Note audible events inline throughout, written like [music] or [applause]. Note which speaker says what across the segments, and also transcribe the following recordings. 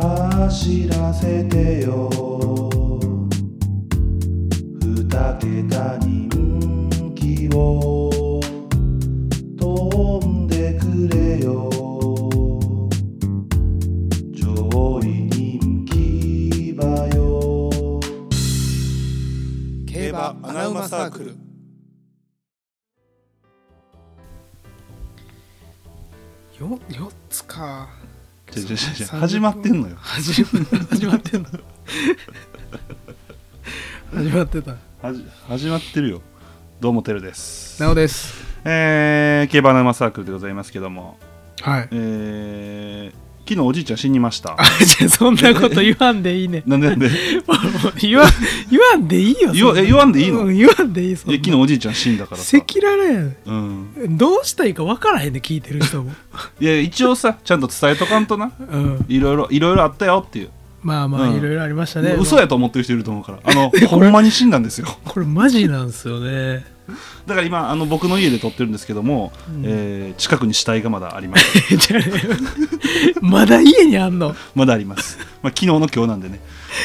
Speaker 1: 走らせてよ二桁人気を飛んでくれよ上位人気馬よ
Speaker 2: 競馬アナウマサークル
Speaker 3: よ4つか
Speaker 1: ちょちょちょ
Speaker 3: 30
Speaker 1: 始まってんのよ
Speaker 3: 始ま始まってんの始まってた
Speaker 1: はじ始まってるよどうもてるです
Speaker 3: なおです
Speaker 1: えー、競馬アナウマサークルでございますけども
Speaker 3: はい
Speaker 1: えー、昨日おじいちゃん死にました
Speaker 3: あじゃあそんなこと言わんでいいね
Speaker 1: なんでなんで
Speaker 3: もう言わん言わんでいいよ
Speaker 1: 言わ
Speaker 3: そな
Speaker 1: え言わんでいいの
Speaker 3: うん言わんでい
Speaker 1: [laughs]
Speaker 3: いそん
Speaker 1: い
Speaker 3: な
Speaker 1: や昨日おじいちゃん死んだからさ
Speaker 3: 赤裸々や
Speaker 1: うん、
Speaker 3: んどうしたらいいか分からへんね聞いてる人も
Speaker 1: いや一応さちゃんと伝えとかんとな
Speaker 3: うん
Speaker 1: いろいろいろいろあったよっていう
Speaker 3: まあまあ
Speaker 1: うん
Speaker 3: いろいろありましたね
Speaker 1: もう嘘やと思ってる人いると思う
Speaker 3: [laughs]
Speaker 1: からあのほんまに死んだんですよ
Speaker 3: これマジなんですよね
Speaker 1: だから今あの僕の家で撮ってるんですけども、
Speaker 3: うん
Speaker 1: えー近くに死体がまだあります
Speaker 3: じゃあねまだ家にあんの
Speaker 1: まだあります、まあ、昨日の今日なんでね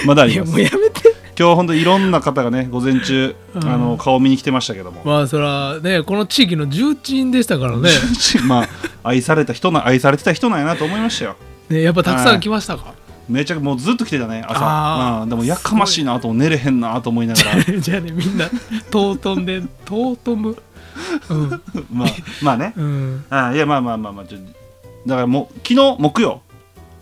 Speaker 1: まだあ
Speaker 3: い
Speaker 1: り
Speaker 3: や
Speaker 1: ます
Speaker 3: もうやめて
Speaker 1: 今日ほんといろんな方がね午前中、
Speaker 3: うん
Speaker 1: あの顔見に来てましたけども、
Speaker 3: まあそらねこの地域の重鎮でしたからね
Speaker 1: [laughs] まあ愛された人な愛されてた人なんやなと思いましたよ
Speaker 3: ねやっぱたくさん来ましたか
Speaker 1: めちゃくもうずっと来てたね朝
Speaker 3: あー
Speaker 1: うんでもやかましいなとも寝れへんなと思いながら
Speaker 3: [laughs] じゃあねみんなトートンでトートムうん
Speaker 1: まあまあね
Speaker 3: うん
Speaker 1: あいやまあまあまあまあちょだからもう昨日木曜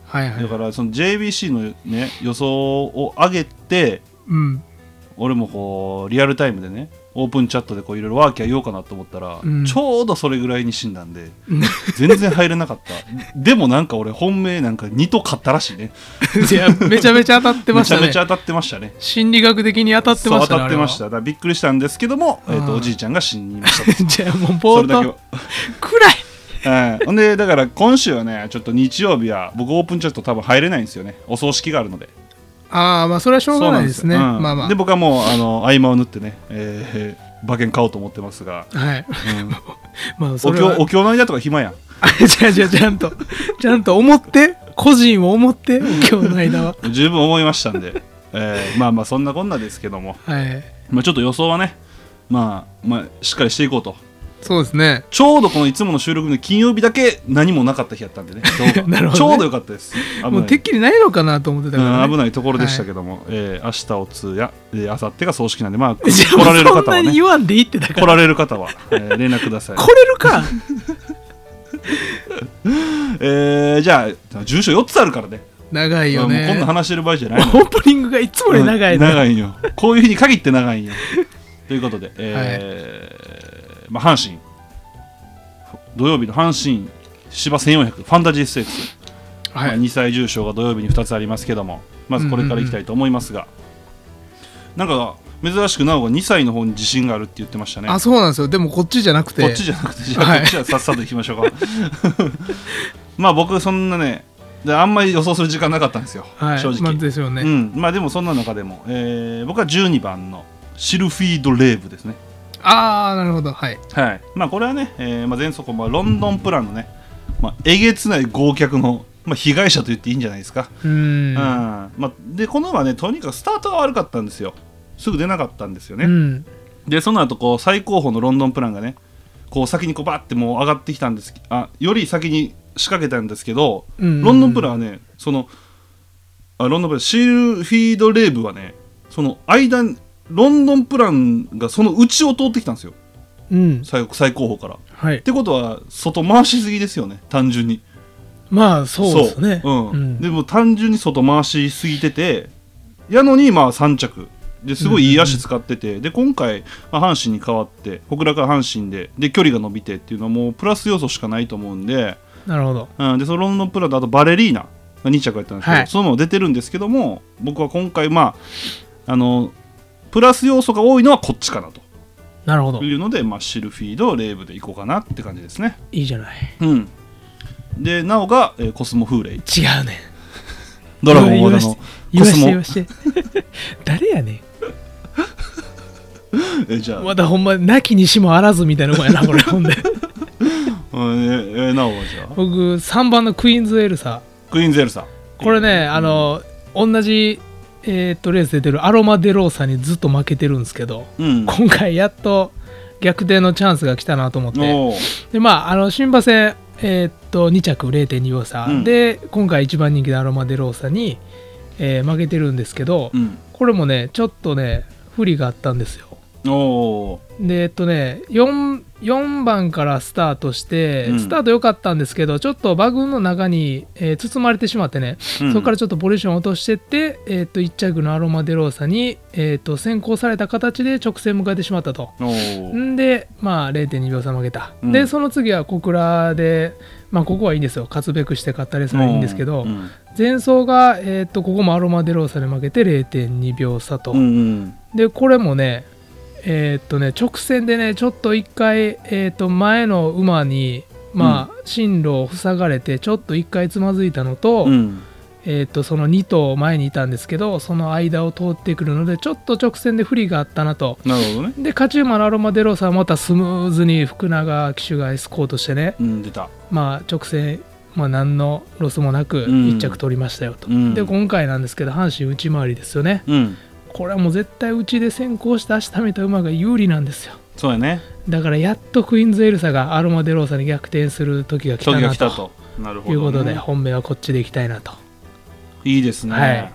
Speaker 3: はいは
Speaker 1: だ
Speaker 3: い
Speaker 1: からその JBC のね予想を上げて
Speaker 3: うん
Speaker 1: 俺もこうリアルタイムでねオープンチャットでこういろいろワーキャー言おうかなと思ったら、
Speaker 3: うん
Speaker 1: ちょうどそれぐらいに死んだんで
Speaker 3: うん
Speaker 1: 全然入れなかった [laughs] でもなんか俺本命なんか2と勝ったらしいね
Speaker 3: いやめちゃめちゃ当たってま
Speaker 1: め
Speaker 3: し
Speaker 1: ちゃ
Speaker 3: た
Speaker 1: めち
Speaker 3: ね
Speaker 1: ゃ当たってましたね
Speaker 3: 心理学的に当たってま
Speaker 1: そ
Speaker 3: し
Speaker 1: う
Speaker 3: た
Speaker 1: 当
Speaker 3: ね
Speaker 1: た
Speaker 3: あ
Speaker 1: って
Speaker 3: れは
Speaker 1: ましただからびっくりしたんですけども、えー、
Speaker 3: うん
Speaker 1: とおじいちゃんが死にました
Speaker 3: [laughs]
Speaker 1: と
Speaker 3: じゃあもう
Speaker 1: そ
Speaker 3: 冒
Speaker 1: れだけ
Speaker 3: 頭
Speaker 1: は
Speaker 3: 暗い
Speaker 1: はいほんでだから今週はねちょっと日曜日は僕オープンチャット多分入れないんですよねお葬式があるので
Speaker 3: ああまあそれはしょうがないですね
Speaker 1: そうなんようん
Speaker 3: まあま
Speaker 1: で
Speaker 3: あ
Speaker 1: 僕はもうあの合間を縫ってね、えー、馬券買おうと思ってますが、
Speaker 3: はい
Speaker 1: うん
Speaker 3: まあ [laughs] そ
Speaker 1: お
Speaker 3: れ
Speaker 1: 経
Speaker 3: は
Speaker 1: お経の間とか暇やん
Speaker 3: [laughs] あじゃあじゃあちゃんとちゃんと思って個人を思って今日の間 [laughs] は
Speaker 1: 十分思いましたんで、えーまあまあそんなこんなですけども、
Speaker 3: はい
Speaker 1: まあ、ちょっと予想はね、まあ、まあしっかりしていこうと
Speaker 3: そうですね
Speaker 1: ちょうどこのいつもの収録の金曜日だけ何もなかった日やったんでね今日が
Speaker 3: [laughs] なるほどね
Speaker 1: ちょうどよかったです危
Speaker 3: も
Speaker 1: な
Speaker 3: うてっ
Speaker 1: い
Speaker 3: きりないのかなと思ってた
Speaker 1: う
Speaker 3: から、ね
Speaker 1: ん危ないところでしたけども、えー明日お通夜、えー、明後日が葬式なんで、まあ、
Speaker 3: [laughs]
Speaker 1: 来
Speaker 3: じゃあ
Speaker 1: られる
Speaker 3: そ
Speaker 1: 方
Speaker 3: んな
Speaker 1: は
Speaker 3: に
Speaker 1: ね、
Speaker 3: 言わんでいいってだか
Speaker 1: 来
Speaker 3: ら
Speaker 1: られる方は、えー連絡ください。
Speaker 3: 来れるか
Speaker 1: えー、じゃあ、住所4つあるからね、
Speaker 3: [laughs] 長いよ
Speaker 1: も
Speaker 3: ね
Speaker 1: うこんなん話してる場合じゃないの
Speaker 3: [laughs] オープニングがいつもより長い
Speaker 1: うん
Speaker 3: ね、
Speaker 1: 長いよこういう日に限って長いんよということで、えーまあ、阪神土曜日の阪神芝1400ファンタジーステークス、
Speaker 3: は
Speaker 1: まあ、
Speaker 3: い、
Speaker 1: 2歳重賞が土曜日に2つありますけどもまずこれからいきたいと思いますが、なんか珍しくなおが2歳の方に自信があるって言ってましたね
Speaker 3: あそうなんですよでもこっちじゃなくて
Speaker 1: こっちじゃなくてじゃあ、
Speaker 3: はい
Speaker 1: こっちはさっさと行きましょうか [laughs] まあ僕そんなねであんまり予想する時間なかったんですよ、
Speaker 3: はい、
Speaker 1: 正直、
Speaker 3: まあ、ですよね、
Speaker 1: うん、まあでもそんな中でも、えー僕は12番のシルフィード・レーブですね。
Speaker 3: ああなるほどはい
Speaker 1: はい。まあこれはね、えーまあ、前走こうまあロンドンプランのね、まあ、えげつない豪脚の、まあ、被害者と言っていいんじゃないですか。
Speaker 3: う
Speaker 1: う
Speaker 3: ー
Speaker 1: ん
Speaker 3: ん
Speaker 1: まあ、で、この馬ね、とにかくスタートが悪かったんですよ。すぐ出なかったんですよね。
Speaker 3: うん
Speaker 1: で、その後こう最高峰のロンドンプランがね、こう先にこうバーってもう上がってきたんですあ、より先に仕掛けたんですけど、
Speaker 3: うん
Speaker 1: ロンドンプランはね、その、あロンドンプラン、シールフィードレーブはね、その間に、ロンドンプランがその内を通ってきたんですよ、
Speaker 3: うん
Speaker 1: 最最高峰から。っ
Speaker 3: はい
Speaker 1: てことは、外回しすぎですよね、単純に。
Speaker 3: まあそうですね
Speaker 1: そううん
Speaker 3: うん
Speaker 1: でも単純に外回しすぎてて、やのに、まあ3着。ですごいいい足使ってて、で今回、まあ、阪神に代わって小倉から阪神でで距離が伸びてっていうのはもうプラス要素しかないと思うんで、
Speaker 3: なるほど
Speaker 1: うん、でそのロンドンプランとあとバレリーナが2着やったんですけど、
Speaker 3: はい
Speaker 1: そのまま出てるんですけども僕は今回まああのプラス要素が多いのはこっちかなと
Speaker 3: なるほどい
Speaker 1: いうので、まあ、シルフィードレーブでいこうかなって感じですね
Speaker 3: いじゃない
Speaker 1: うんでなおが、えーコスモ風イ
Speaker 3: 違うね
Speaker 1: ドラゴン
Speaker 3: 言
Speaker 1: オー
Speaker 3: わ
Speaker 1: ダ
Speaker 3: して
Speaker 1: の
Speaker 3: 言
Speaker 1: コ
Speaker 3: わ
Speaker 1: ス
Speaker 3: して
Speaker 1: モ
Speaker 3: 言わして [laughs] 誰やね
Speaker 1: えーじゃあ、
Speaker 3: んまだほんまなきにしもあらずみたいなもんやなこれ
Speaker 1: [laughs]
Speaker 3: ほんで
Speaker 1: うんえーえーなおはじゃあ
Speaker 3: 僕3番のクイーンズエルサ
Speaker 1: クイーンゼルさん
Speaker 3: これね、あの同じ、えーっとレースで出るアロマデローサにずっと負けてるんですけど、
Speaker 1: うん
Speaker 3: 今回やっと逆転のチャンスが来たなと思って
Speaker 1: おう
Speaker 3: でまああの新馬戦えーっと2着0.2秒差、
Speaker 1: うん
Speaker 3: で今回一番人気のアロマデローサに、えー負けてるんですけど、
Speaker 1: うん
Speaker 3: これもねちょっとね不利があったんですよ
Speaker 1: おう
Speaker 3: でえっとね 4, 4番からスタートして、
Speaker 1: うん
Speaker 3: スタート良かったんですけどちょっと馬群の中に、えー包まれてしまってね、
Speaker 1: うん
Speaker 3: そこからちょっとポジション落としてって、えっと1着のアロマデローサに、えっと先行された形で直線向かえてしまったと。
Speaker 1: おうん
Speaker 3: でまあ0.2秒差負けた、
Speaker 1: うん
Speaker 3: でその次は小倉でまあここはいいんですよ勝つべくして勝ったレースはいいんですけど、
Speaker 1: うん
Speaker 3: 前走が、えっとここもアロマデローサで負けて0.2秒差と、
Speaker 1: うんうん
Speaker 3: でこれもねえーっとね直線でねちょっと一回、えーっと前の馬にまあ、進路を塞がれてちょっと一回つまずいたのと,、
Speaker 1: うん
Speaker 3: えーっとその2頭前にいたんですけどその間を通ってくるのでちょっと直線で不利があったなと
Speaker 1: なるほどね
Speaker 3: で勝ち馬のアロマデローサはまたスムーズに福永騎手がエスコートしてね
Speaker 1: うん出た
Speaker 3: まあ直線まあ何のロスもなく
Speaker 1: うん
Speaker 3: 1着取りましたよと、
Speaker 1: うん
Speaker 3: で今回なんですけど阪神内回りですよね、
Speaker 1: うん
Speaker 3: これはもう絶対うちで先行した足ためた馬が有利なんですよ
Speaker 1: そうやね
Speaker 3: だからやっとクイーンズエルサがアロマデローサに逆転する時が来た
Speaker 1: 時が
Speaker 3: な
Speaker 1: 来た
Speaker 3: と
Speaker 1: となるほ
Speaker 3: いうこ
Speaker 1: ど
Speaker 3: と
Speaker 1: ね
Speaker 3: で本命はこっちで行きたいなと
Speaker 1: いいですね、
Speaker 3: はい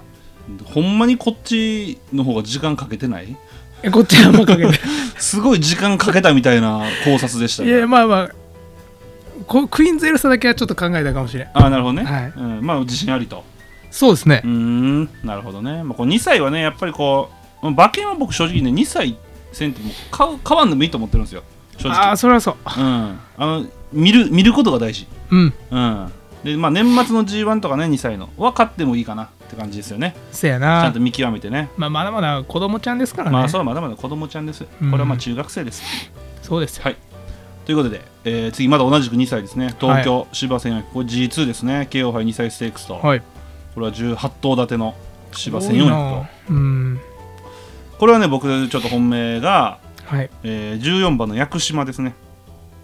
Speaker 1: ほんまにこっちの方が時間かけてない
Speaker 3: えこっちはあんまかけ
Speaker 1: [laughs]
Speaker 3: て
Speaker 1: すごい時間かけたみたいな考察でした
Speaker 3: い
Speaker 1: ね
Speaker 3: やまあまあこクイーンズエルサだけはちょっと考えたかもしれん
Speaker 1: ああなるほどね、
Speaker 3: はい
Speaker 1: うん、まあ自信ありと
Speaker 3: そうですね
Speaker 1: うーんなるほどね、まあ、こう2歳はねやっぱりこう馬券は僕正直ね2歳せんともう買う買わんでもいいと思ってるんですよ正
Speaker 3: あ
Speaker 1: 直
Speaker 3: あそれはそう
Speaker 1: うんあの見る見ることが大事
Speaker 3: うん
Speaker 1: うんでまあ年末の G1 とかね2歳のは買ってもいいかなって感じですよね
Speaker 3: せや
Speaker 1: ちゃん
Speaker 3: な
Speaker 1: と見極めてね
Speaker 3: まあまだまだ子供ちゃんですからね、
Speaker 1: まあそう
Speaker 3: そう
Speaker 1: はまだまだ子供ちゃんですこ
Speaker 3: うん
Speaker 1: れはまあ中学生です、
Speaker 3: ですよ
Speaker 1: はいということで、えー次まだ同じく2歳ですね東京芝1400、これ G2 ですね KO 杯2歳ステークスと、
Speaker 3: はい
Speaker 1: これは18頭立ての芝
Speaker 3: 多いな
Speaker 1: 1400
Speaker 3: うん
Speaker 1: とこれはね僕ちょっと本命が、
Speaker 3: はい
Speaker 1: えー14番の屋久島ですね、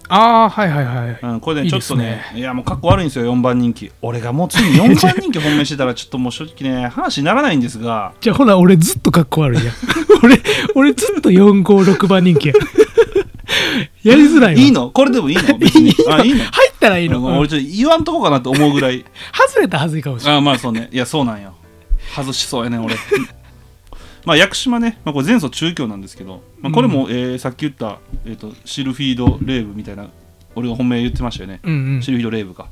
Speaker 3: ああはいはいはい
Speaker 1: うん、これ
Speaker 3: い
Speaker 1: ね
Speaker 3: い
Speaker 1: ちょ
Speaker 3: で
Speaker 1: っ
Speaker 3: す
Speaker 1: とね
Speaker 3: ね
Speaker 1: いやもうかっこ悪いんですよ4番人気俺がもうつい [laughs] に4番人気本命してたらちょっともう正直ね話にならないんですが
Speaker 3: じゃあほな俺ずっと格好悪いやん [laughs] 俺俺ずっと456番人気や [laughs] やりづらいわ
Speaker 1: いいのこれで [laughs] もいいの別にあ [laughs] いいの
Speaker 3: 入ったらいいの、
Speaker 1: 俺ちょっと言わんとこかなと思うぐらい
Speaker 3: 外れたはずいかもしれな
Speaker 1: [laughs]
Speaker 3: い
Speaker 1: あまあそうねいやそうなんよ外しそうやねん俺 [laughs] まあ屋久島ね、まあ、これ前走中京なんですけど、まあ、これも、えーさっき言った、えー、とシルフィードレーブみたいな俺が本命言ってましたよね、
Speaker 3: うんうん
Speaker 1: シルフィードレーブか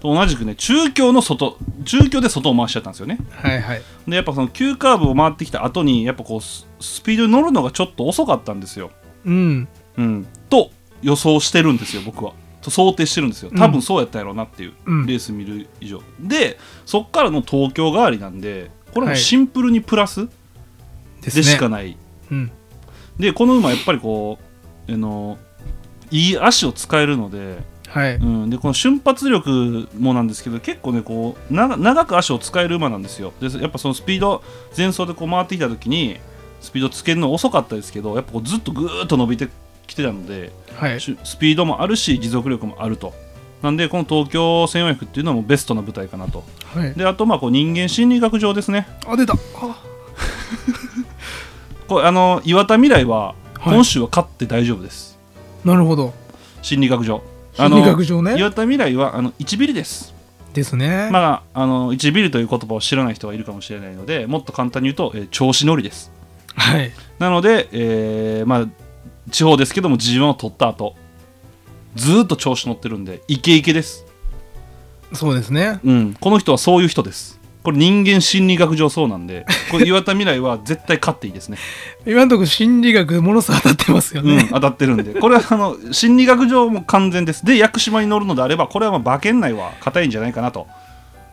Speaker 1: と同じくね中京の外中京で外を回しちゃったんですよね
Speaker 3: はいはい
Speaker 1: でやっぱその急カーブを回ってきた後にやっぱこうススピードに乗るのがちょっと遅かったんですよ、
Speaker 3: うん
Speaker 1: うん、と予想してるんですよ僕はと想定してるんですよ多分そうやったやろうなっていう、
Speaker 3: うん
Speaker 1: レース見る以上でそっからの東京代わりなんでこれ
Speaker 3: は
Speaker 1: も
Speaker 3: い
Speaker 1: シンプルにプラス
Speaker 3: で
Speaker 1: でしかない、
Speaker 3: うん
Speaker 1: でこの馬やっぱりこうあのいい足を使えるので,、
Speaker 3: はい
Speaker 1: うん、でこの瞬発力もなんですけど結構ねこう長長く足を使える馬なんですよでやっぱそのスピード前走でこう回ってきた時にスピードつけるの遅かったですけどやっぱこうずっとぐーっと伸びてきてたので
Speaker 3: はい
Speaker 1: しスピードもあるし持続力もあるとなんでこの東京1400っていうのはもうベストな舞台かなと
Speaker 3: はい
Speaker 1: であとまあこう人間心理学上ですね
Speaker 3: あ出たあ
Speaker 1: こうあの岩田未来は
Speaker 3: はい
Speaker 1: 今週は勝って大丈夫です、
Speaker 3: なるほど
Speaker 1: 心理学上あ
Speaker 3: 心
Speaker 1: の
Speaker 3: 理学上ね
Speaker 1: 岩田未来はあの1ビリです、
Speaker 3: ですね、
Speaker 1: まあ、あの1ビリという言葉を知らない人がいるかもしれないのでもっと簡単に言うと、えー調子乗りです
Speaker 3: はい
Speaker 1: なので、えーまあ、地方ですけども G1 を取った後ずーっと調子乗ってるんでイケイケです、
Speaker 3: そうですね
Speaker 1: うん、この人はそういう人ですこれ人間心理学上そうなんでこれ岩田未来は絶対勝っていいですね
Speaker 3: 今のところ心理学ものすごい当たってますよ
Speaker 1: う
Speaker 3: ね
Speaker 1: ん、、当たってるんで、これはあの心理学上も完全です。で、屋久島に乗るのであれば、これはまあ馬券内は硬いんじゃないかなと、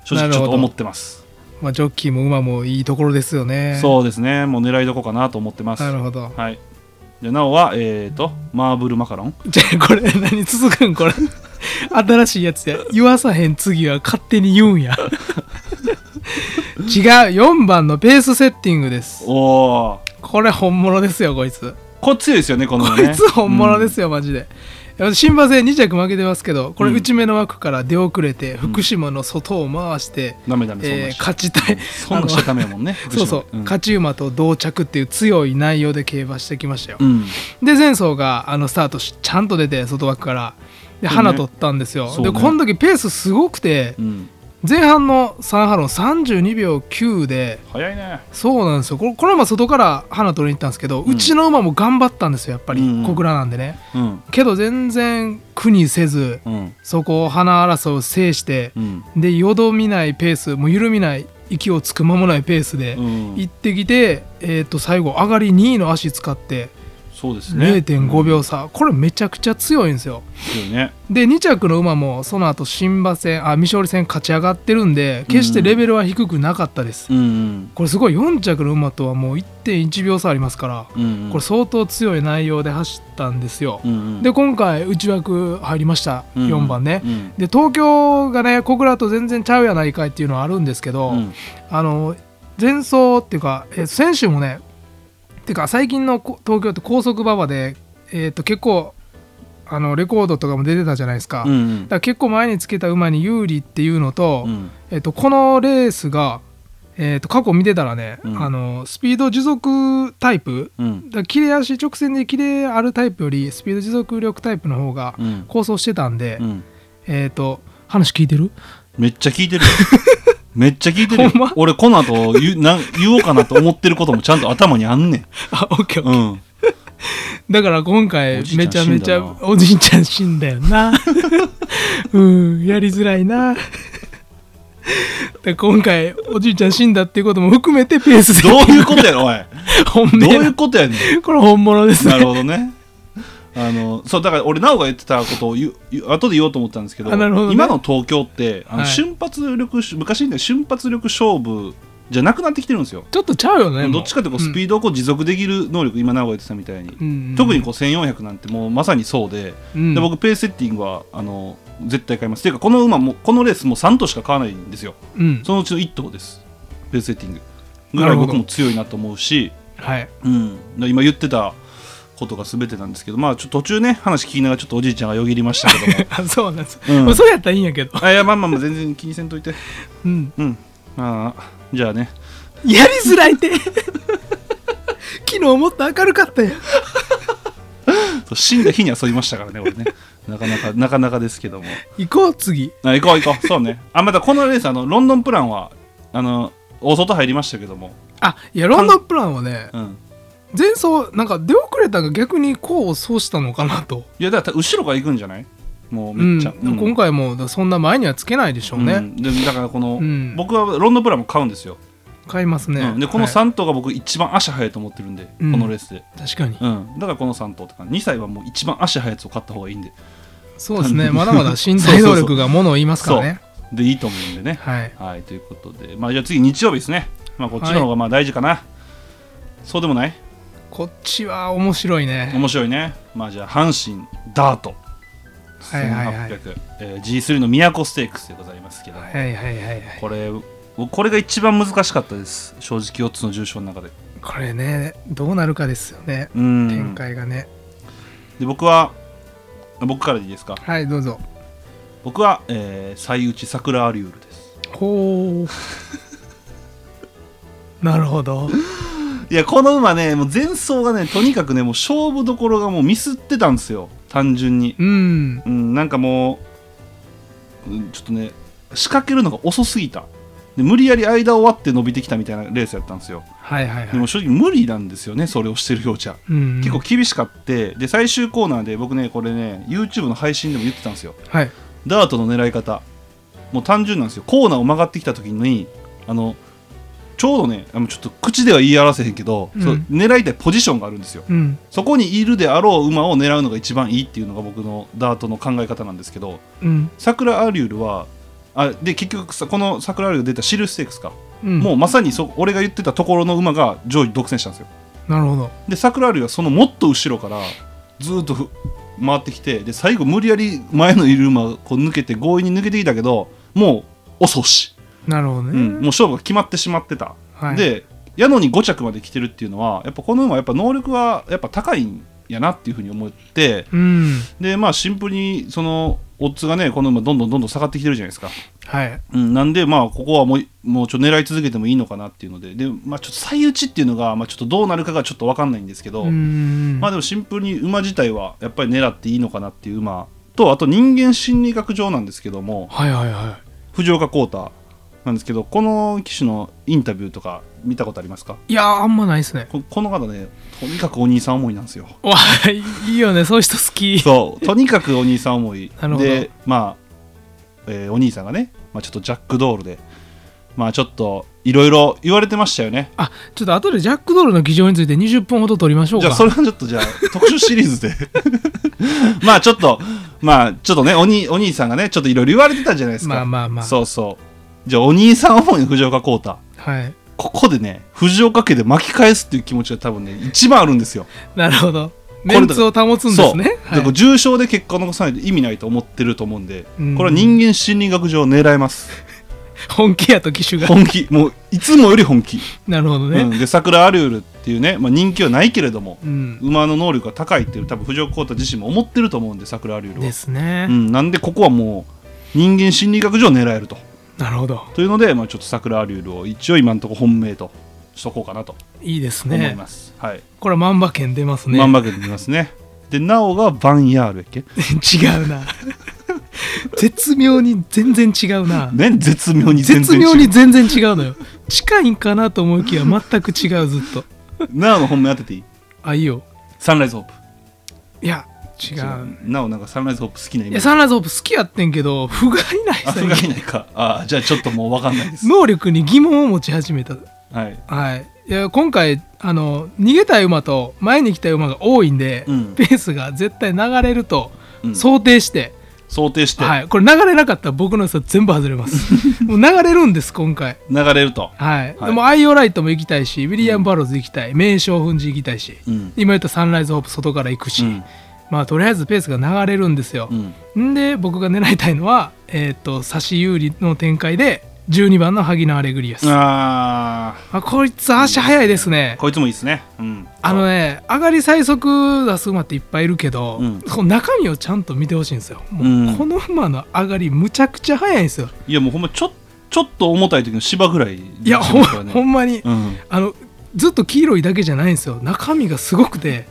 Speaker 1: 正直ちょっと思ってます。
Speaker 3: まあジョッキーも馬もいいところですよね
Speaker 1: そうですね、もう狙いどこかなと思ってます。
Speaker 3: なるほど
Speaker 1: はい、でなおは、えー、とマーブルマカロン。
Speaker 3: じゃあこれ何続くんこれ新しいやつや言わさへん次は勝手に言うんや違う4番のペースセッティングです
Speaker 1: おー、
Speaker 3: これ本物ですよこいつ、
Speaker 1: これ強いですよね、この
Speaker 3: こ
Speaker 1: 馬ね
Speaker 3: いつ本物ですよ、マジで新馬戦2着負けてますけどこれ
Speaker 1: うん
Speaker 3: 内目の枠から出遅れて、福島の外を回して、
Speaker 1: ダメダメそん
Speaker 3: え
Speaker 1: な
Speaker 3: ー
Speaker 1: し
Speaker 3: 勝ちたい
Speaker 1: そんなしちゃダメやもんね
Speaker 3: そうそう、
Speaker 1: 福島でん
Speaker 3: 勝ち馬と同着っていう強い内容で競馬してきましたよ、
Speaker 1: うん
Speaker 3: で前走があのスタートしちゃんと出て外枠からで
Speaker 1: そうね
Speaker 3: 花取ったんですよ、
Speaker 1: そう
Speaker 3: で
Speaker 1: ね
Speaker 3: この時ペースすごくて
Speaker 1: うん
Speaker 3: 前半のサンハロン32秒9で
Speaker 1: 早いね
Speaker 3: そうなんですよこれこれも馬外から花取りに行ったんですけど、うんちの馬も頑張ったんですよやっぱり、
Speaker 1: うん
Speaker 3: 小倉なんでね
Speaker 1: うん
Speaker 3: けど全然苦にせず
Speaker 1: うん
Speaker 3: そこを花争いを制して
Speaker 1: う、ん
Speaker 3: でよどみないペースもう緩みない息をつく間もないペースで、
Speaker 1: うん
Speaker 3: 行ってきて、えー、と最後上がり2位の足使って
Speaker 1: そうですね
Speaker 3: 0.5
Speaker 1: うん
Speaker 3: 秒差、これめちゃくちゃ強いんですよ
Speaker 1: 強いね
Speaker 3: で2着の馬もその後新馬戦あ未勝利戦勝ち上がってるんで決してレベルは低くなかったです、
Speaker 1: うんうん
Speaker 3: これすごい4着の馬とはもう1.1秒差ありますから
Speaker 1: うんうん
Speaker 3: これ相当強い内容で走ったんですよ、
Speaker 1: うんうん
Speaker 3: で今回内枠入りました、
Speaker 1: うん
Speaker 3: 4番ね、
Speaker 1: うん
Speaker 3: で東京がね小倉と全然ちゃうやないかいっていうのはあるんですけど、
Speaker 1: うん
Speaker 3: あの前走っていうか、えー選手もねっていうか最近のこ東京って高速馬場で、えー、と結構あのレコードとかも出てたじゃないですか,、
Speaker 1: う
Speaker 3: だか
Speaker 1: ん
Speaker 3: ら結構前につけた馬に有利っていうのと,、
Speaker 1: うん
Speaker 3: えー、とこのレースが、えー、と過去見てたらね、
Speaker 1: うん
Speaker 3: あのスピード持続タイプ
Speaker 1: うん
Speaker 3: だから切れ足直線で切れあるタイプよりスピード持続力タイプの方が
Speaker 1: うん
Speaker 3: 構想してたんで、
Speaker 1: うん
Speaker 3: えっ、と話聞いてる
Speaker 1: めっちゃ聞いてるよ
Speaker 3: [laughs]
Speaker 1: めっちゃ聞いてるよ
Speaker 3: ほんま
Speaker 1: 俺この後言うなん言おうかなと思ってることもちゃんと頭 [laughs] にあんねん
Speaker 3: あオッケーオッケー
Speaker 1: うん
Speaker 3: だから今回
Speaker 1: おじい
Speaker 3: め
Speaker 1: ち
Speaker 3: ち
Speaker 1: ゃ
Speaker 3: ゃ
Speaker 1: ん死ん
Speaker 3: めち
Speaker 1: だ
Speaker 3: ゃ
Speaker 1: な
Speaker 3: おじいちゃん死んだよな [laughs] うんやりづらいな [laughs] で今回おじいちゃん死んだっていうことも含めてペースで
Speaker 1: どういうことやろおい
Speaker 3: [laughs] 本
Speaker 1: どう
Speaker 3: 命
Speaker 1: いうことやねん
Speaker 3: これ本物です
Speaker 1: な
Speaker 3: ね
Speaker 1: るほどね。あのそうだから俺なおが言ってたことを言う言う後で言おうと思ったんですけど
Speaker 3: あなるほどね
Speaker 1: 今の東京ってあの、
Speaker 3: はい
Speaker 1: 瞬発力昔ね瞬発力勝負じゃなくなってきてるんですよ。
Speaker 3: ちょっとちゃうよねもう
Speaker 1: どっちかってこうスピードをこう持続できる能力、今なおが言ってたみたいに、
Speaker 3: うん
Speaker 1: 特にこう1400なんてもうまさにそうで,、
Speaker 3: うん
Speaker 1: で僕ペースセッティングはあの絶対買います。っていうかこの馬もこのレースも3頭しか買わないんですよ。
Speaker 3: うん
Speaker 1: そのうちの1頭ですペースセッティング。ぐ
Speaker 3: な
Speaker 1: らい
Speaker 3: るほど
Speaker 1: 僕も強いなと思うし。
Speaker 3: はい
Speaker 1: うん、今言ってたことが全てなんですけど、まあ、ちょっと途中ね話聞きながらちょっとおじいちゃんがよぎりましたけども
Speaker 3: あ [laughs] そうなんです、
Speaker 1: うん
Speaker 3: まあそれやったらいいんやけ [laughs] ど、
Speaker 1: あいやまあまあまあ全然気にせんといて
Speaker 3: うん、
Speaker 1: うんまあじゃあね
Speaker 3: やりづらいって [laughs] 昨日もっと明るかったよ
Speaker 1: そう死んだ日に遊びましたからね俺ねなかなかなかなかですけども
Speaker 3: 行こう次
Speaker 1: あ行こう行こうそうねあまたこのレースあのロンドンプランはあの大外入りましたけども、
Speaker 3: あいやロンドンプランはね
Speaker 1: うん、
Speaker 3: 前走なんか出遅れたが逆に功を奏したのかなと、
Speaker 1: いやだから後ろから行くんじゃないもう
Speaker 3: う
Speaker 1: め
Speaker 3: ん
Speaker 1: っちゃ、うん
Speaker 3: 今回もだそんな前にはつけないでしょうね、
Speaker 1: うんでだからこの、
Speaker 3: うん
Speaker 1: 僕はロンドンプランも買うんですよ、
Speaker 3: 買いますね、
Speaker 1: うん、でこの
Speaker 3: は
Speaker 1: 3頭が僕一番足早いと思ってるんで、
Speaker 3: うん
Speaker 1: このレースで
Speaker 3: い確かに
Speaker 1: うん、だからこの3頭とか2歳はもう一番足速いやつを買った方がいいんで
Speaker 3: そうですねまだまだ
Speaker 1: [laughs]
Speaker 3: 身体能力がものを言いますからね
Speaker 1: でいいと思うんでね
Speaker 3: はい
Speaker 1: はいということでまあじゃあ次日曜日ですねまあこっちの方がまあ大事かな、そうでもない
Speaker 3: こっちは面白いね
Speaker 1: 面白いねまあじゃあ阪神ダート
Speaker 3: はいはいはい
Speaker 1: 1800G3、えー G3 の宮古ステークスでございますけど、
Speaker 3: はいはいはいはい
Speaker 1: これこれが一番難しかったです正直4つの重賞の中で
Speaker 3: これねどうなるかですよね
Speaker 1: うん
Speaker 3: 展開がね、
Speaker 1: で僕は僕からでいいですか
Speaker 3: はいどうぞ
Speaker 1: 僕は、えー、最内桜アリュールです
Speaker 3: ほう [laughs] なるほど
Speaker 1: いやこの馬ねもう前走がねとにかくねもう勝負どころがもうミスってたんですよ単純に
Speaker 3: うん
Speaker 1: うんなんかもううんちょっとね仕掛けるのが遅すぎたで無理やり間を割って伸びてきたみたいなレースやったんですよ
Speaker 3: はいはいはい
Speaker 1: でも正直無理なんですよねそれをしてるようじゃ
Speaker 3: うん
Speaker 1: 結構厳しかってで最終コーナーで僕ねこれね YouTube の配信でも言ってたんですよ
Speaker 3: はい
Speaker 1: ダートの狙い方もう単純なんですよコーナーを曲がってきた時にあのちょうどねあのちょっと口では言い表せへんけど、
Speaker 3: うん
Speaker 1: そう狙いたいポジションがあるんですよ
Speaker 3: うん
Speaker 1: そこにいるであろう馬を狙うのが一番いいっていうのが僕のダートの考え方なんですけど
Speaker 3: うん
Speaker 1: 桜アリュールはあで結局さこの桜アリュールが出たシルステークスか、
Speaker 3: うん
Speaker 1: もうまさにそ俺が言ってたところの馬が上位独占したんですよ
Speaker 3: なるほど
Speaker 1: で桜アリュールはそのもっと後ろからずーっとふ回ってきてで最後無理やり前のいる馬をこう抜けて強引に抜けてきたけどもう遅し、
Speaker 3: なるほど
Speaker 1: うん
Speaker 3: ね、
Speaker 1: もう勝負が決まってしまってた、
Speaker 3: はい、
Speaker 1: でやのに5着まで来てるっていうのはやっぱこの馬はやっぱ能力がやっぱ高いんやなっていうふうに思って
Speaker 3: うん
Speaker 1: でまあシンプルにそのオッズがねこの馬どんどんどんどん下がってきてるじゃないですか、
Speaker 3: はい
Speaker 1: うん、なんでまあここはもうもうちょっと狙い続けてもいいのかなっていうのででまあちょっと最打ちっていうのが、まあ、ちょっとどうなるかがちょっと分かんないんですけど、
Speaker 3: うん
Speaker 1: まあでもシンプルに馬自体はやっぱり狙っていいのかなっていう馬とあと人間心理学上なんですけども
Speaker 3: はいはいは
Speaker 1: 藤岡浩太なんですけどこの騎手のインタビューとか見たことありますか
Speaker 3: いいやーあんまないですね
Speaker 1: ここの方ねとにかくお兄さん思いなんですよ
Speaker 3: わあいいよねそういう人好き [laughs]
Speaker 1: そうとにかくお兄さん思い
Speaker 3: なるほど
Speaker 1: でまあ、えーお兄さんがね、まあ、ちょっとジャックドールでまあちょっといろいろ言われてましたよね
Speaker 3: あちょっと後でジャックドールの議場について20分ほど取りましょう
Speaker 1: じ
Speaker 3: か
Speaker 1: ゃあそれはちょっとじゃあ特集シリーズで [laughs] まあちょっとまあちょっとねおにお兄さんがねちょっといろいろ言われてたじゃないですか
Speaker 3: まあまあまあ
Speaker 1: そうそうじゃあお兄さん思いの藤岡浩太
Speaker 3: はい
Speaker 1: ここでね藤岡家で巻き返すっていう気持ちが多分ね一番あるんですよ
Speaker 3: なるほどメンツを保つんですね
Speaker 1: だから
Speaker 3: はい
Speaker 1: 重症で結果を残さないと意味ないと思ってると思うんで、
Speaker 3: うん
Speaker 1: これは人間心理学上狙えます
Speaker 3: 本気やと機種が
Speaker 1: 本気もういつもより本気、
Speaker 3: なるほど
Speaker 1: うん
Speaker 3: ね
Speaker 1: で桜アリュールっていうね、まあ、人気はないけれども
Speaker 3: うん、
Speaker 1: 馬の能力が高いっていう多分藤岡浩太自身も思ってると思うんで桜アリュールは
Speaker 3: で、すね、
Speaker 1: うん、なんでここはもう人間心理学上狙えると
Speaker 3: なるほど
Speaker 1: というので、まあ、ちょっと桜アリュールを一応今のところ本命としとこうかなと
Speaker 3: いいです
Speaker 1: 思い
Speaker 3: ね
Speaker 1: ます、はい
Speaker 3: これは万馬券出ますね
Speaker 1: 万馬券で見ますねでなおがバンヤールやっけ
Speaker 3: [laughs] 違うな絶妙に全然違うな
Speaker 1: ね絶妙に全
Speaker 3: 絶
Speaker 1: 然違う
Speaker 3: 妙に全然違うのよ近いんかなと思いきや全く違うずっと
Speaker 1: なおの本命当てていい
Speaker 3: あいいよ
Speaker 1: サンライズホープ
Speaker 3: いや違う
Speaker 1: なおなんかサンライズホープ好きなイメ
Speaker 3: い
Speaker 1: ー
Speaker 3: や
Speaker 1: ジ
Speaker 3: サンライズホープ好きやってんけど不甲斐ない
Speaker 1: あ
Speaker 3: 最
Speaker 1: それ
Speaker 3: 近
Speaker 1: がいないかあじゃあちょっともう分かんないです
Speaker 3: 能力に疑問を持ち始めた
Speaker 1: はい
Speaker 3: はいいや今回あの逃げたい馬と前に来たい馬が多いんで、
Speaker 1: うん
Speaker 3: ペースが絶対流れると
Speaker 1: うん
Speaker 3: 想定して、
Speaker 1: 想定して
Speaker 3: はい、これ流れなかったら僕の予想全部外れます
Speaker 1: [laughs]
Speaker 3: もう流れるんです今回
Speaker 1: 流れると
Speaker 3: はい、
Speaker 1: はい
Speaker 3: でもアイオライトも行きたいしウィリアム・バローズ行きたい、名将粉じ行きたいし、
Speaker 1: うん
Speaker 3: 今言ったサンライズホープ外から行くし、
Speaker 1: うん
Speaker 3: まあとりあえずペースが流れるんですよ
Speaker 1: う、ん
Speaker 3: んで僕が狙いたいのはえっ、と差し有利の展開で12番の萩野アレグリアス、
Speaker 1: あ
Speaker 3: あこいつ足早いですね
Speaker 1: ー、こいつもいいですねうん
Speaker 3: あのね上がり最速出す馬っていっぱいいるけど、
Speaker 1: うん
Speaker 3: その中身をちゃんと見てほしいんですよもう、
Speaker 1: うん
Speaker 3: この馬の上がりむちゃくちゃ早いんですよ
Speaker 1: いやもうほんまちょちょっと重たい時の芝ぐらい
Speaker 3: いやほん,、ほんまに、
Speaker 1: うん
Speaker 3: あのずっと黄色いだけじゃないんですよ中身がすごくて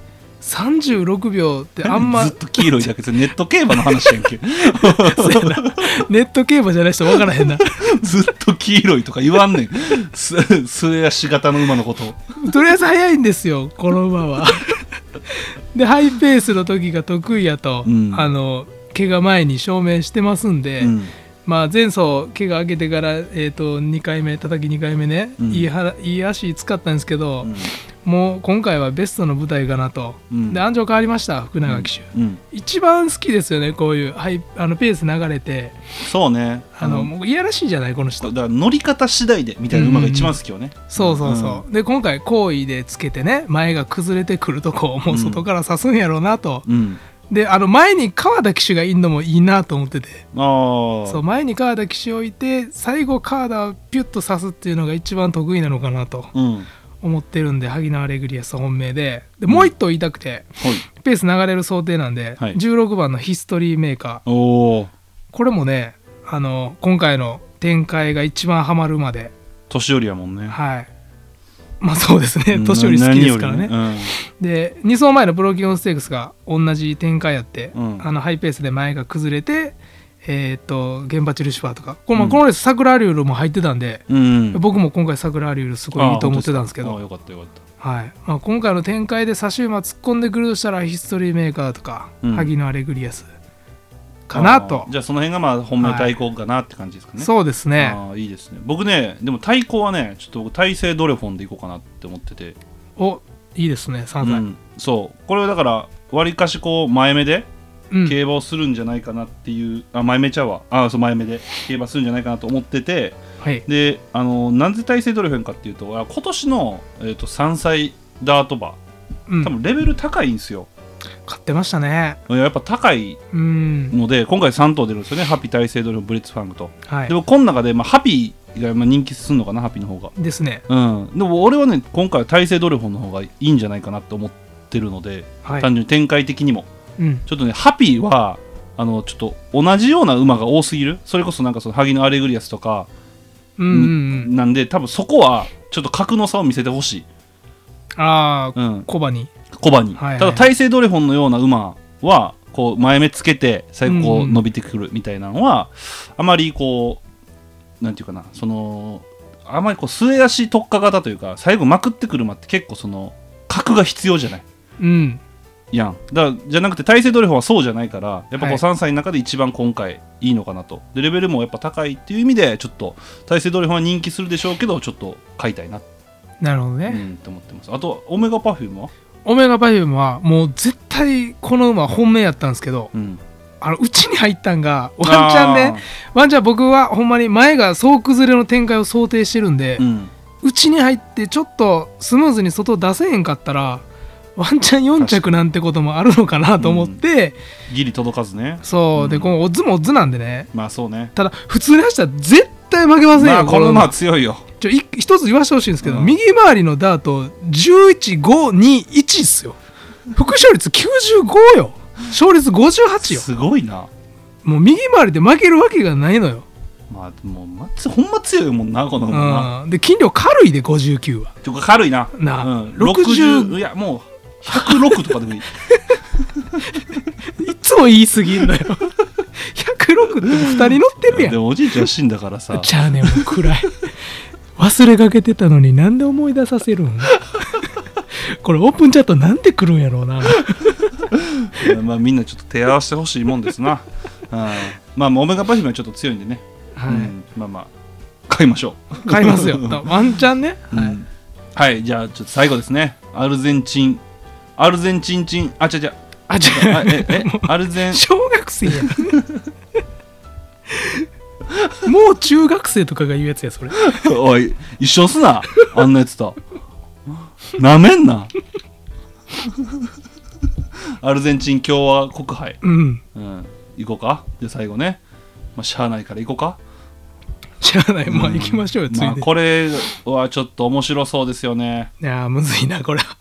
Speaker 3: 36秒ってあんま
Speaker 1: ずっと黄色いだけでネット競馬の話やんけ
Speaker 3: [laughs] そうやなネット競馬じゃない人分からへんな
Speaker 1: ずっと黄色いとか言わんねんす末足型の馬のこと
Speaker 3: とりあえず早いんですよこの
Speaker 1: [laughs]
Speaker 3: 馬はでハイペースの時が得意やと、
Speaker 1: うん
Speaker 3: あの怪我前に証明してますんで、
Speaker 1: うん
Speaker 3: まあ、前走怪我上げてから、えー、と2回目叩き2回目ね、
Speaker 1: うん
Speaker 3: いいはいい足使ったんですけど、
Speaker 1: うん
Speaker 3: もう今回はベストの舞台かなと、
Speaker 1: うん
Speaker 3: で安城変わりました福永騎手、
Speaker 1: うん
Speaker 3: 一番好きですよねこういう、はい、あのペース流れて
Speaker 1: そうね
Speaker 3: あの、もういやらしいじゃないこの
Speaker 1: だ
Speaker 3: 人
Speaker 1: から乗り方次第でみたいな馬が一番好きよね、
Speaker 3: そうそうそう、で今回好意でつけてね前が崩れてくるとこをもう外から刺すんやろうなと、
Speaker 1: うん
Speaker 3: であの前に川田騎手がいんのもいいなと思ってて
Speaker 1: ああ
Speaker 3: そう前に川田騎手を置いて最後川田をピュッと刺すっていうのが一番得意なのかなと
Speaker 1: うんはい
Speaker 3: 思ってるんで萩野アレグリアス本命ででもう一頭言いたくて、ペース流れる想定なんで、
Speaker 1: はい
Speaker 3: 16番のヒストリーメーカー
Speaker 1: おお
Speaker 3: これもねあの今回の展開が一番ハマるまで
Speaker 1: 年寄りやもんね
Speaker 3: はいまあそうですね
Speaker 1: うん
Speaker 3: 年寄り好きですからね
Speaker 1: 何より
Speaker 3: で2走前のプロキオンステークスが同じ展開やって、
Speaker 1: うん
Speaker 3: あのハイペースで前が崩れてえーっと現場チルシファーとかこ,、まあ
Speaker 1: うん
Speaker 3: このレース桜アリュールも入ってたんで、
Speaker 1: うん、うん
Speaker 3: 僕も今回桜アリュールすごいいいと思ってたんですけ
Speaker 1: あ
Speaker 3: ど
Speaker 1: あよかったよかった
Speaker 3: はいまあ、今回の展開で差し馬突っ込んでくるとしたらヒストリーメーカーとか、
Speaker 1: うん
Speaker 3: 萩野アレグリアスかなと
Speaker 1: あーじゃあその辺がまあ本命対抗かなって感じですかね、
Speaker 3: そうですね
Speaker 1: ああいいですね僕ねでも対抗はねちょっと僕体勢ドレフォンでいこうかなって思ってて、
Speaker 3: おいいですね3歳、
Speaker 1: うんそうこれはだからわりかしこう前目で
Speaker 3: うん
Speaker 1: 競馬をするんじゃないかなっていう、あ前目ちゃうわあそう前目で競馬するんじゃないかなと思ってて
Speaker 3: はい
Speaker 1: であのなぜ体勢ドレフォンかっていうとあ今年の、えー、と3歳ダート馬
Speaker 3: うん
Speaker 1: 多分レベル高いんですよ、
Speaker 3: 買ってましたね
Speaker 1: やっぱ高い
Speaker 3: うん
Speaker 1: ので今回3頭出るんですよねハピ体勢ドレフォンブリッツファングと
Speaker 3: はい
Speaker 1: でもこの中で、まあ、ハピーがまあ人気すんのかなハピーの方が
Speaker 3: ですね
Speaker 1: うんでも俺はね今回は大勢ドレフォンの方がいいんじゃないかなと思っってるので、
Speaker 3: はい
Speaker 1: 単純に展開的にも
Speaker 3: うん
Speaker 1: ちょっとねハピーはあのちょっと同じような馬が多すぎるそれこそなんかその萩のアレグリアスとか
Speaker 3: うんうんうん
Speaker 1: なんで多分そこはちょっと格の差を見せてほしい、
Speaker 3: ああ
Speaker 1: うん、
Speaker 3: コバに
Speaker 1: コバに、
Speaker 3: はいはい
Speaker 1: ただ体勢ドレフォンのような馬はこう前目つけて最後こ
Speaker 3: うん
Speaker 1: う
Speaker 3: うん
Speaker 1: 伸びてくるみたいなのは、あまりこうなんていうかなそのあまりこう末足特化型というか最後まくってくる馬って結構その格が必要じゃない
Speaker 3: うん
Speaker 1: やんだじゃなくて体勢ドレフォンはそうじゃないからやっぱこ
Speaker 3: は
Speaker 1: う
Speaker 3: い
Speaker 1: 3歳の中で一番今回いいのかなとでレベルもやっぱ高いっていう意味でちょっと体勢ドレフォンは人気するでしょうけどちょっと買いたいな
Speaker 3: なるほど
Speaker 1: う
Speaker 3: ね、
Speaker 1: んと思ってますあとオメガパフュームは、
Speaker 3: オメガバイウムはもう絶対この馬本命やったんですけど
Speaker 1: うん、
Speaker 3: あのうちに入ったんがワンチャンで、ワンちゃん僕はほんまに前が総崩れの展開を想定してるんで
Speaker 1: あー、うん
Speaker 3: うち、に入ってちょっとスムーズに外出せへんかったらワンちゃん4着なんてこともあるのかなと思って、
Speaker 1: ギリ届かずね
Speaker 3: そう、
Speaker 1: うん
Speaker 3: でこのオッズもオッズなんでね
Speaker 1: まあそうね
Speaker 3: ただ普通に走ったら絶対負けませんよ、
Speaker 1: まあこの馬は
Speaker 3: 馬
Speaker 1: 強いよ
Speaker 3: ちょい一つ言わせてほしいんですけど、
Speaker 1: うん
Speaker 3: 右回りのダート11521っすよ副勝率95よ勝率58よ
Speaker 1: すごいな
Speaker 3: もう右回りで負けるわけがないのよ、
Speaker 1: まあもうまつほんま強いもんなこの馬な
Speaker 3: うん、で筋量軽いで59は
Speaker 1: ていうか軽いな
Speaker 3: なあ
Speaker 1: うん、
Speaker 3: 60
Speaker 1: 60いやもう106とかで
Speaker 3: [laughs]
Speaker 1: もいい
Speaker 3: いつも言い過ぎん
Speaker 1: [laughs]
Speaker 3: のよ。106って2人乗ってるや
Speaker 1: で
Speaker 3: ん。
Speaker 1: もおじいちゃん死んだからさ
Speaker 3: [laughs] ちゃうねん、もう暗い。忘れかけてたのになんで思い出させるん
Speaker 1: [laughs]
Speaker 3: これオープンチャットなんで来るんやろ
Speaker 1: [laughs]
Speaker 3: うな。
Speaker 1: まあみんなちょっと手合わせてほしいもんですな、うん、まあオメガパフィムはちょっと強いんでね、う
Speaker 3: は
Speaker 1: んまあまあ買いましょ
Speaker 3: い。買いますよ。ワンチャンね。
Speaker 1: う、はい、はい、じゃあちょっと最後ですねアルゼンチンアルゼンチンチンあ違う違う
Speaker 3: あ、じ
Speaker 1: あ
Speaker 3: ゃ
Speaker 1: ええアルゼ
Speaker 3: あ、
Speaker 1: ン
Speaker 3: 小学生やん。もう中学生とかが言うやつや、それ。
Speaker 1: [laughs] おい一緒すなあんなやつとなめんなアルゼンチン共和国杯、
Speaker 3: うん。
Speaker 1: うん、行こうかで最後ね、まあ、しゃあないから行こうか
Speaker 3: しゃあない。まあ行きましょうよ、つい
Speaker 1: まあ
Speaker 3: で。
Speaker 1: これはちょっと面白そうですよね
Speaker 3: いやー、むずいな、これは。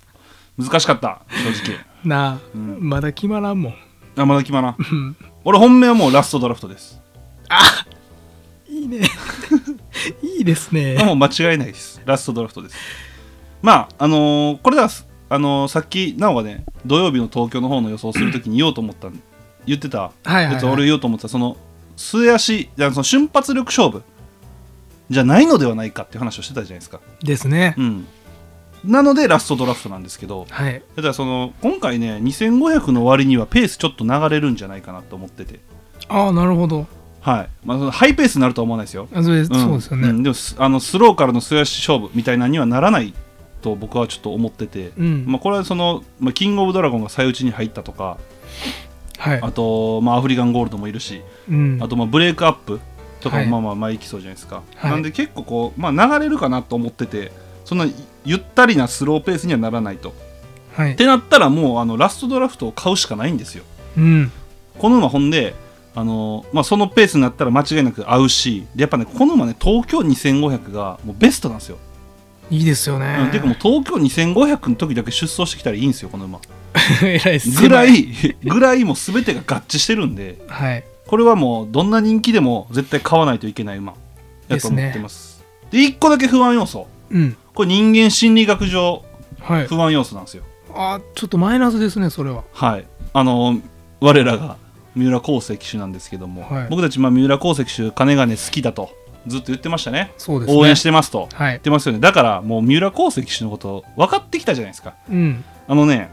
Speaker 1: 難しかった
Speaker 3: [laughs]
Speaker 1: 正直
Speaker 3: なあ、
Speaker 1: うん
Speaker 3: まだ決まらんもん。
Speaker 1: あまだ決まらん
Speaker 3: うん
Speaker 1: 俺本命はもうラストドラフトです
Speaker 3: あい
Speaker 1: [laughs]
Speaker 3: いね。いいですね。
Speaker 1: もう間違いないですラストドラフトですまああのーこれではすあのーさっきなおがね土曜日の東京の方の予想するときに言おうと思ったんで言ってた
Speaker 3: はいはい、
Speaker 1: やつ
Speaker 3: は
Speaker 1: 俺
Speaker 3: い。
Speaker 1: 言おうと思ってたその末足じゃあその瞬発力勝負じゃないのではないかっていう話をしてたじゃないですか、
Speaker 3: ですね
Speaker 1: う。ん、なのでラストドラフトなんですけど
Speaker 3: はい。
Speaker 1: ただその今回ね2500の割にはペースちょっと流れるんじゃないかなと思ってて、
Speaker 3: ああ、なるほど。
Speaker 1: はいまあ、そのハイペースになるとは思わないですよ、
Speaker 3: あそれ
Speaker 1: ん
Speaker 3: そうですよね。
Speaker 1: う
Speaker 3: うん
Speaker 1: んでもすあのスローからの末足勝負みたいなのにはならないと僕はちょっと思ってて、まあ、これはその、まあ、キングオブドラゴンが最内に入ったとか
Speaker 3: はい。
Speaker 1: あと、まあ、アフリカンゴールドもいるし
Speaker 3: うん
Speaker 1: あとまあブレイクアップとか
Speaker 3: は
Speaker 1: も
Speaker 3: い
Speaker 1: まあまあ前行きそうじゃないですか、
Speaker 3: はい
Speaker 1: なんで結構こう、まあ、流れるかなと思っててそんなゆったりなスローペースにはならないと。
Speaker 3: はい
Speaker 1: っ。てなったらもうあのラストドラフトを買うしかないんですよ。
Speaker 3: うん。
Speaker 1: この馬ほんであのまあ、そのペースになったら間違いなく合うしでやっぱねこの馬ね東京2500がもうベストなんですよ。
Speaker 3: いいですよ
Speaker 1: うん
Speaker 3: ね。
Speaker 1: ていうか
Speaker 3: [laughs]
Speaker 1: もう東京2500の時だけ出走してきたらいいんですよこの馬。
Speaker 3: えらいっすね
Speaker 1: ぐら。いぐらいもう全てが合致してるんで
Speaker 3: はい。
Speaker 1: これはもうどんな人気でも絶対買わないといけない馬やと思ってます。で一1個だけ不安要素
Speaker 3: うん。
Speaker 1: これ人間心理学上
Speaker 3: はい。
Speaker 1: 不安要素なんですよ。
Speaker 3: あちょっとマイナスですね、それは。
Speaker 1: はいあの我らが三浦航石騎手なんですけども、
Speaker 3: はい
Speaker 1: 僕たち、まあ、三浦航石騎手金金好きだとずっと言ってましたね
Speaker 3: そうですね。
Speaker 1: 応援してますと言
Speaker 3: はい
Speaker 1: っ。てますよねだからもう三浦航石騎手のこと分かってきたじゃないですか
Speaker 3: うん。
Speaker 1: あのね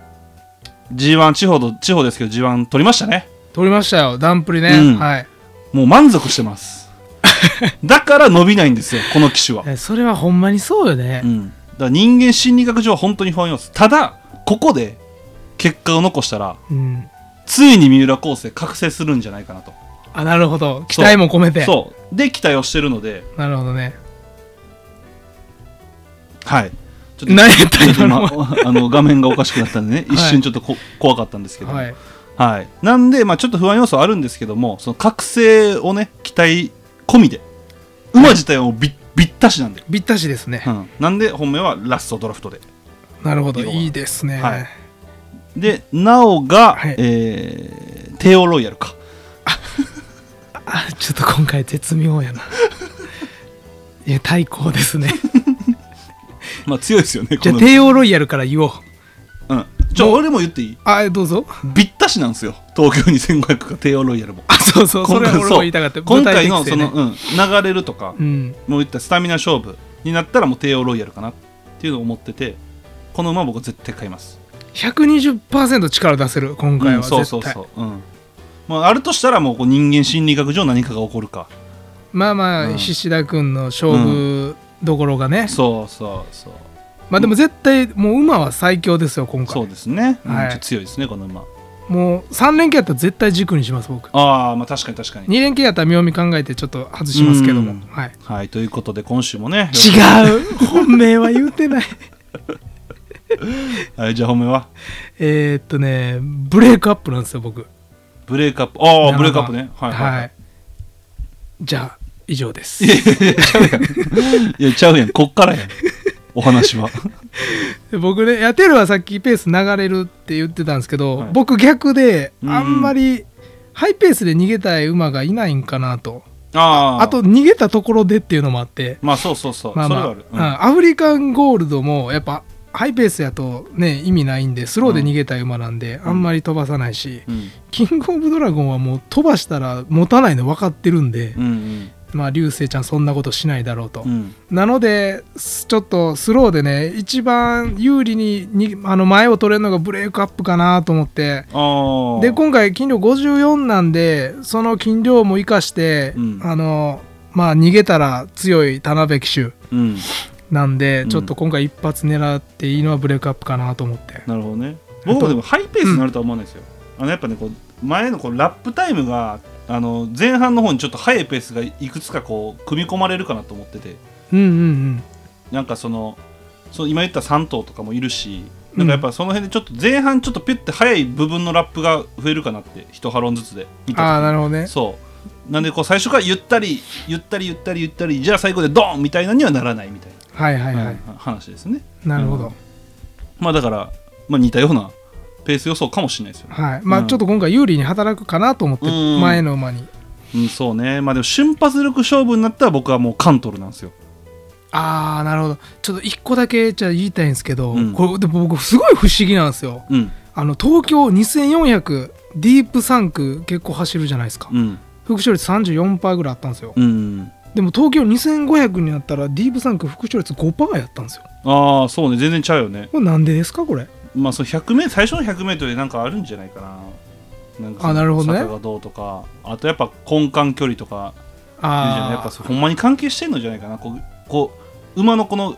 Speaker 1: G1 地方と地方ですけど G1 取りましたね
Speaker 3: 取りましたよ、ダンプリね。
Speaker 1: うん
Speaker 3: はい。
Speaker 1: もう満足してます
Speaker 3: [laughs]
Speaker 1: だから伸びないんですよこの騎手は、
Speaker 3: えそれはほんまにそうよね
Speaker 1: う。ん、だから人間心理学上本当に不安要素ただここで結果を残したら
Speaker 3: うん。
Speaker 1: ついに三浦航石覚醒するんじゃないかなと
Speaker 3: あ、なるほど。期待も込めて。
Speaker 1: そうで期待をしてるので
Speaker 3: なるほどね。
Speaker 1: はいちょっと
Speaker 3: 何やった
Speaker 1: ちょっと
Speaker 3: 今
Speaker 1: 今
Speaker 3: の。
Speaker 1: あの画面がおかしくなったんでね、
Speaker 3: はい
Speaker 1: 一瞬ちょっとこ怖かったんですけど、
Speaker 3: はい。
Speaker 1: はいなんで、まあ、ちょっと不安要素はあるんですけどもその覚醒をね期待込みで馬自体はもうびびったしなんで、
Speaker 3: ぴったしですね
Speaker 1: う。ん、なんで本命はラストドラフトで
Speaker 3: なるほど
Speaker 1: 要はい
Speaker 3: いですね、
Speaker 1: はいでなおが、
Speaker 3: はい
Speaker 1: えーテオロイヤルか
Speaker 3: あちょっと今回絶
Speaker 1: [laughs]
Speaker 3: 妙やないや対抗ですね
Speaker 1: まあ強いですよね
Speaker 3: じゃあ
Speaker 1: この
Speaker 3: 帝王ロイヤルから言おう
Speaker 1: うん、じゃあ俺も言っていい
Speaker 3: あどうぞ
Speaker 1: びったしなんですよ東京2500か帝王ロイヤルも
Speaker 3: あそうそうそれは俺も言いたかった
Speaker 1: そう今回の
Speaker 3: 具体
Speaker 1: そ
Speaker 3: 的性ね
Speaker 1: の、うん、流れるとか、
Speaker 3: うん
Speaker 1: もう言ったらスタミナ勝負になったらもう帝王ロイヤルかなっていうのを思っててこの馬僕は絶対買います
Speaker 3: 120%力出せる今回
Speaker 1: う
Speaker 3: は
Speaker 1: ん
Speaker 3: 絶対、
Speaker 1: そうそうそう、うんまあ、あるとしたらもうこう人間心理学上何かが起こるか
Speaker 3: まあまあ、
Speaker 1: うん
Speaker 3: 菱田君の勝負どころがね、
Speaker 1: そうそうそう
Speaker 3: まあでも絶対もう馬は最強ですよ今回
Speaker 1: そうですね、うん
Speaker 3: はい
Speaker 1: ちょっと強いですねこの馬
Speaker 3: もう3連休やったら絶対軸にします僕
Speaker 1: ああまあ確かに確かに
Speaker 3: 2連休やったら妙味考えてちょっと外しますけど
Speaker 1: うん
Speaker 3: も、はい、
Speaker 1: はいということで今週もね、
Speaker 3: 違う本命は言うてない [laughs]
Speaker 1: はい、じゃあ本命は
Speaker 3: えーっとねブレイクアップなんですよ僕
Speaker 1: ブレイクアップああ
Speaker 3: 7
Speaker 1: ブレイクアップねは
Speaker 3: はいい、
Speaker 1: はい、はい
Speaker 3: じゃあ以上です
Speaker 1: いやいやいやちゃうやん。 [laughs] いや、ちゃうやん。こっからやん。お話は。
Speaker 3: で僕ねやテルはさっきペース流れるって言ってたんですけど、
Speaker 1: はい
Speaker 3: 僕逆で
Speaker 1: うん
Speaker 3: あんまりハイペースで逃げたい馬がいないんかなと
Speaker 1: あ
Speaker 3: あと、逃げたところでっていうのもあって
Speaker 1: まあそうそうそう。
Speaker 3: まあまあ
Speaker 1: それ
Speaker 3: う
Speaker 1: はある。
Speaker 3: んアフリカンゴールドもやっぱハイペースやとね意味ないんでスローで逃げたい馬なんで、あんまり飛ばさないし、
Speaker 1: うん。うん
Speaker 3: キングオブドラゴンはもう飛ばしたら持たないの分かってるんで、
Speaker 1: うん
Speaker 3: まあ流星ちゃんそんなことしないだろうと、
Speaker 1: うんうん
Speaker 3: なのですちょっとスローでね一番有利ににあの前を取れるのがブレイクアップかなと思って
Speaker 1: ああ
Speaker 3: で今回斤量54なんでその斤量も生かして、
Speaker 1: うん
Speaker 3: あのまあ逃げたら強い田辺騎手
Speaker 1: うん
Speaker 3: なんで、
Speaker 1: うん
Speaker 3: ちょっと今回一発狙っていいのはブレイクアップかなと思って
Speaker 1: なるほどね僕もでもハイペースになるとは思わないですよ、あのやっぱねこう前のこうラップタイムがあの前半の方にちょっと速いペースがいくつかこう組み込まれるかなと思ってて
Speaker 3: うんうん
Speaker 1: なんかそのそう今言った3頭とかもいるしなんかやっぱその辺でちょっと前半ちょっとピュッて速い部分のラップが増えるかなって一ハロンずつで見
Speaker 3: うん
Speaker 1: た時
Speaker 3: ああなるほどね
Speaker 1: そうなんでこう最初からゆったりゆったりゆったりゆったりじゃあ最後でドーンみたいなにはならないみたい
Speaker 3: はいはい
Speaker 1: な、
Speaker 3: はい、
Speaker 1: うん話ですね
Speaker 3: なるほど、
Speaker 1: うんまあだから、まあ、似たようなペース予想かもしれないですよね、
Speaker 3: はいまあ
Speaker 1: うん
Speaker 3: ちょっと今回有利に働くかなと思って、
Speaker 1: うん
Speaker 3: 前の馬に
Speaker 1: うん、そうねまあでも瞬発力勝負になったら僕はもうカントルなんですよ
Speaker 3: ああなるほどちょっと一個だけじゃあ言いたいんですけど、
Speaker 1: うん
Speaker 3: これでも僕すごい不思議なんですよ
Speaker 1: うん
Speaker 3: あの東京2400ディープ3区結構走るじゃないですか、
Speaker 1: うん
Speaker 3: 副勝率34%ぐらいあったんですよ、
Speaker 1: うん
Speaker 3: でも東京2500になったらディープ3区副勝率5%やったんですよ
Speaker 1: ああそうね全然ちゃうよね
Speaker 3: これなんでですかこれ
Speaker 1: まあその100メ最初の 100m でなんかあるんじゃないかななんかその
Speaker 3: あなるほどね
Speaker 1: 坂がどうとかあとやっぱ根幹距離とかいいじゃんやっぱそうほんまに関係してんのじゃないかなこうこう馬のこの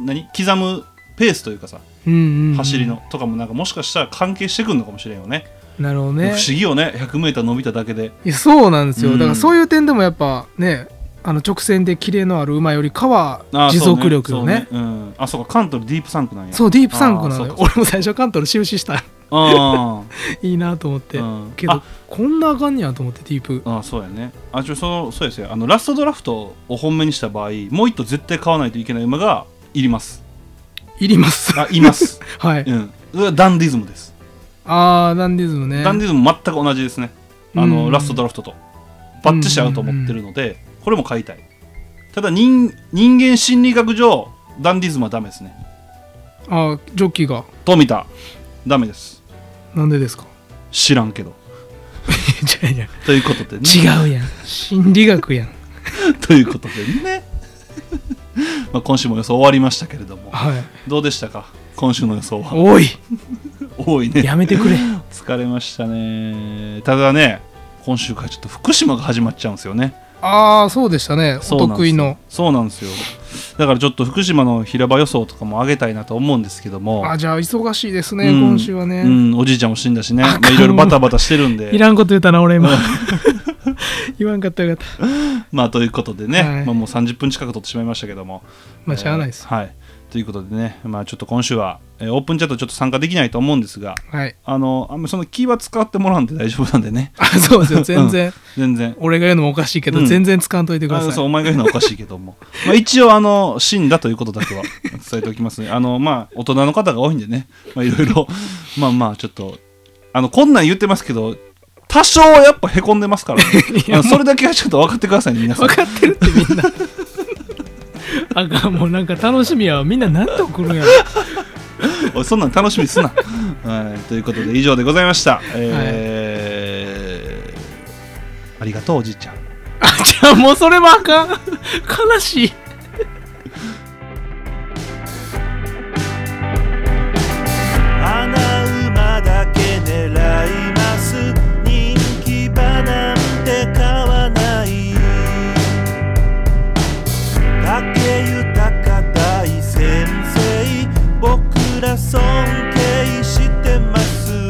Speaker 1: 何刻むペースというかさ
Speaker 3: うんうんうん
Speaker 1: 走りのとかもなんかもしかしたら関係してくるのかもしれんよね
Speaker 3: なるほど
Speaker 1: 不
Speaker 3: ね
Speaker 1: 思議よね 100m 伸びただけで
Speaker 3: いやそうなんですよ、
Speaker 1: うん
Speaker 3: だからそういう点でもやっぱねあの直線でキレのある馬よりかは
Speaker 1: あー
Speaker 3: 持続力をね
Speaker 1: そううん、あそうかカントルディープサンクなんや
Speaker 3: そうディープ3区なの
Speaker 1: あーそう
Speaker 3: よ
Speaker 1: か
Speaker 3: 俺も最初関東の印した
Speaker 1: あ
Speaker 3: [laughs]
Speaker 1: ー
Speaker 3: いいなと思って、
Speaker 1: うん
Speaker 3: けど
Speaker 1: あ
Speaker 3: こんなあかんねやと思ってディープ
Speaker 1: あーそうやねあちょそのそうですよあのラストドラフトを本命にした場合もう一頭絶対買わないといけない馬がいります
Speaker 3: いります
Speaker 1: あいます
Speaker 3: [laughs] はい
Speaker 1: [laughs] うんそれはダンディズムです、
Speaker 3: あーダンディズムね
Speaker 1: ダンディズム全く同じですねあの、
Speaker 3: うん
Speaker 1: ラストドラフトとバッチし合うと思ってるので、これも買いたいただ人人間心理学上ダンディズムはダメですね
Speaker 3: あージョッキーが
Speaker 1: 富田ダメです
Speaker 3: なん
Speaker 1: [laughs]
Speaker 3: でですか
Speaker 1: 知らんけど
Speaker 3: 違うやん
Speaker 1: ということでね
Speaker 3: 違うやん心理学やん
Speaker 1: [laughs] ということでね [laughs] まあ今週も予想終わりましたけれども
Speaker 3: はい
Speaker 1: どうでしたか今週の予想は
Speaker 3: おい
Speaker 1: 多いね
Speaker 3: やめてくれ
Speaker 1: [laughs] 疲れましたねただね今週からちょっと福島が始まっちゃうんですよね
Speaker 3: ああそうでしたね
Speaker 1: そ
Speaker 3: お
Speaker 1: うなんですよ
Speaker 3: 得意の
Speaker 1: そうなんですよだからちょっと福島の平場予想とかも上げたいなと思うんですけども
Speaker 3: あじゃあ忙しいですね、
Speaker 1: うん
Speaker 3: 今週はね、
Speaker 1: うん、おじいちゃんも死んだしね、
Speaker 3: あ
Speaker 1: まあ、いろいろバタバタしてるんで
Speaker 3: いらんこと言ったな俺今 [laughs] 言わんかったよかった
Speaker 1: まあということでね、
Speaker 3: はい
Speaker 1: まあ、もう30分近く取ってしまいましたけども
Speaker 3: まあしゃあないです、
Speaker 1: えーはいということでね、まあ、ちょっと今週は、えーオープンチャットちょっと参加できないと思うんですが、
Speaker 3: はい。
Speaker 1: あの、あんまその気は使ってもらうんで大丈夫なんでね、
Speaker 3: あ、そうですよ。全然、
Speaker 1: 全然。
Speaker 3: 俺が言うのもおかしいけど、
Speaker 1: うん
Speaker 3: 全然使わんといてください。
Speaker 1: あそうお前が言うのはおかしいけども [laughs] まあ一応あの死んだということだけは
Speaker 3: [laughs]
Speaker 1: 伝えておきますねあのまあ大人の方が多いんでねまあいろいろ [laughs] まあまあちょっとあのこんなん言ってますけど多少はやっぱへこんでますから、
Speaker 3: [laughs]
Speaker 1: ね、あのそれだけはちょっと分かってくださいね皆さん
Speaker 3: 分かってるってみんな [laughs] あかんもうなんか楽しみやわみんな何と来る [laughs] んやろ
Speaker 1: おいそんなん楽しみにす
Speaker 3: [laughs]
Speaker 1: な、はい、ということで以上でございましたえーありがとうおじいちゃん
Speaker 3: あじゃあもうそれもあかん悲しい
Speaker 2: 穴馬だけ狙います人気馬なんて買わない武豊大先生僕ら尊敬してます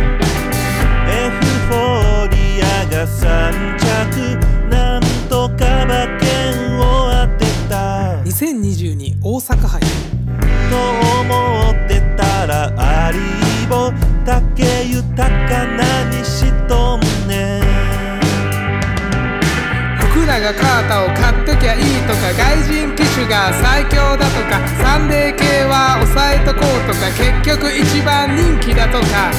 Speaker 2: エフフォーリアが3着なんとか馬券を当てた
Speaker 4: 2022大阪杯
Speaker 2: と思ってたらアリーボ竹豊か何しとんねん
Speaker 4: 福永カータを買っときゃいいとか外人機種が最強だとかサンデー系は抑えとこうとか結局一番人気だとか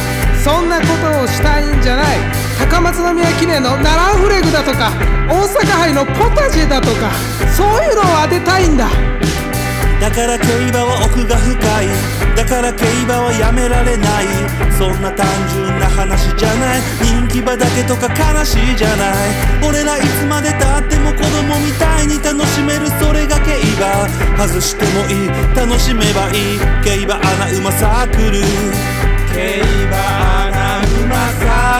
Speaker 4: そんなことをしたいんじゃない高松宮記念のナランフレグだとか大阪杯のポタジェだとかそういうのを当てたいんだ
Speaker 2: だから競馬は奥が深いだから競馬はやめられないそんな単純な話じゃない人気馬だけとか悲しいじゃない俺らいつまでたっても子供みたいに楽しめるそれが競馬外してもいい楽しめばいい競馬アナウマサークル競馬アナウマサークル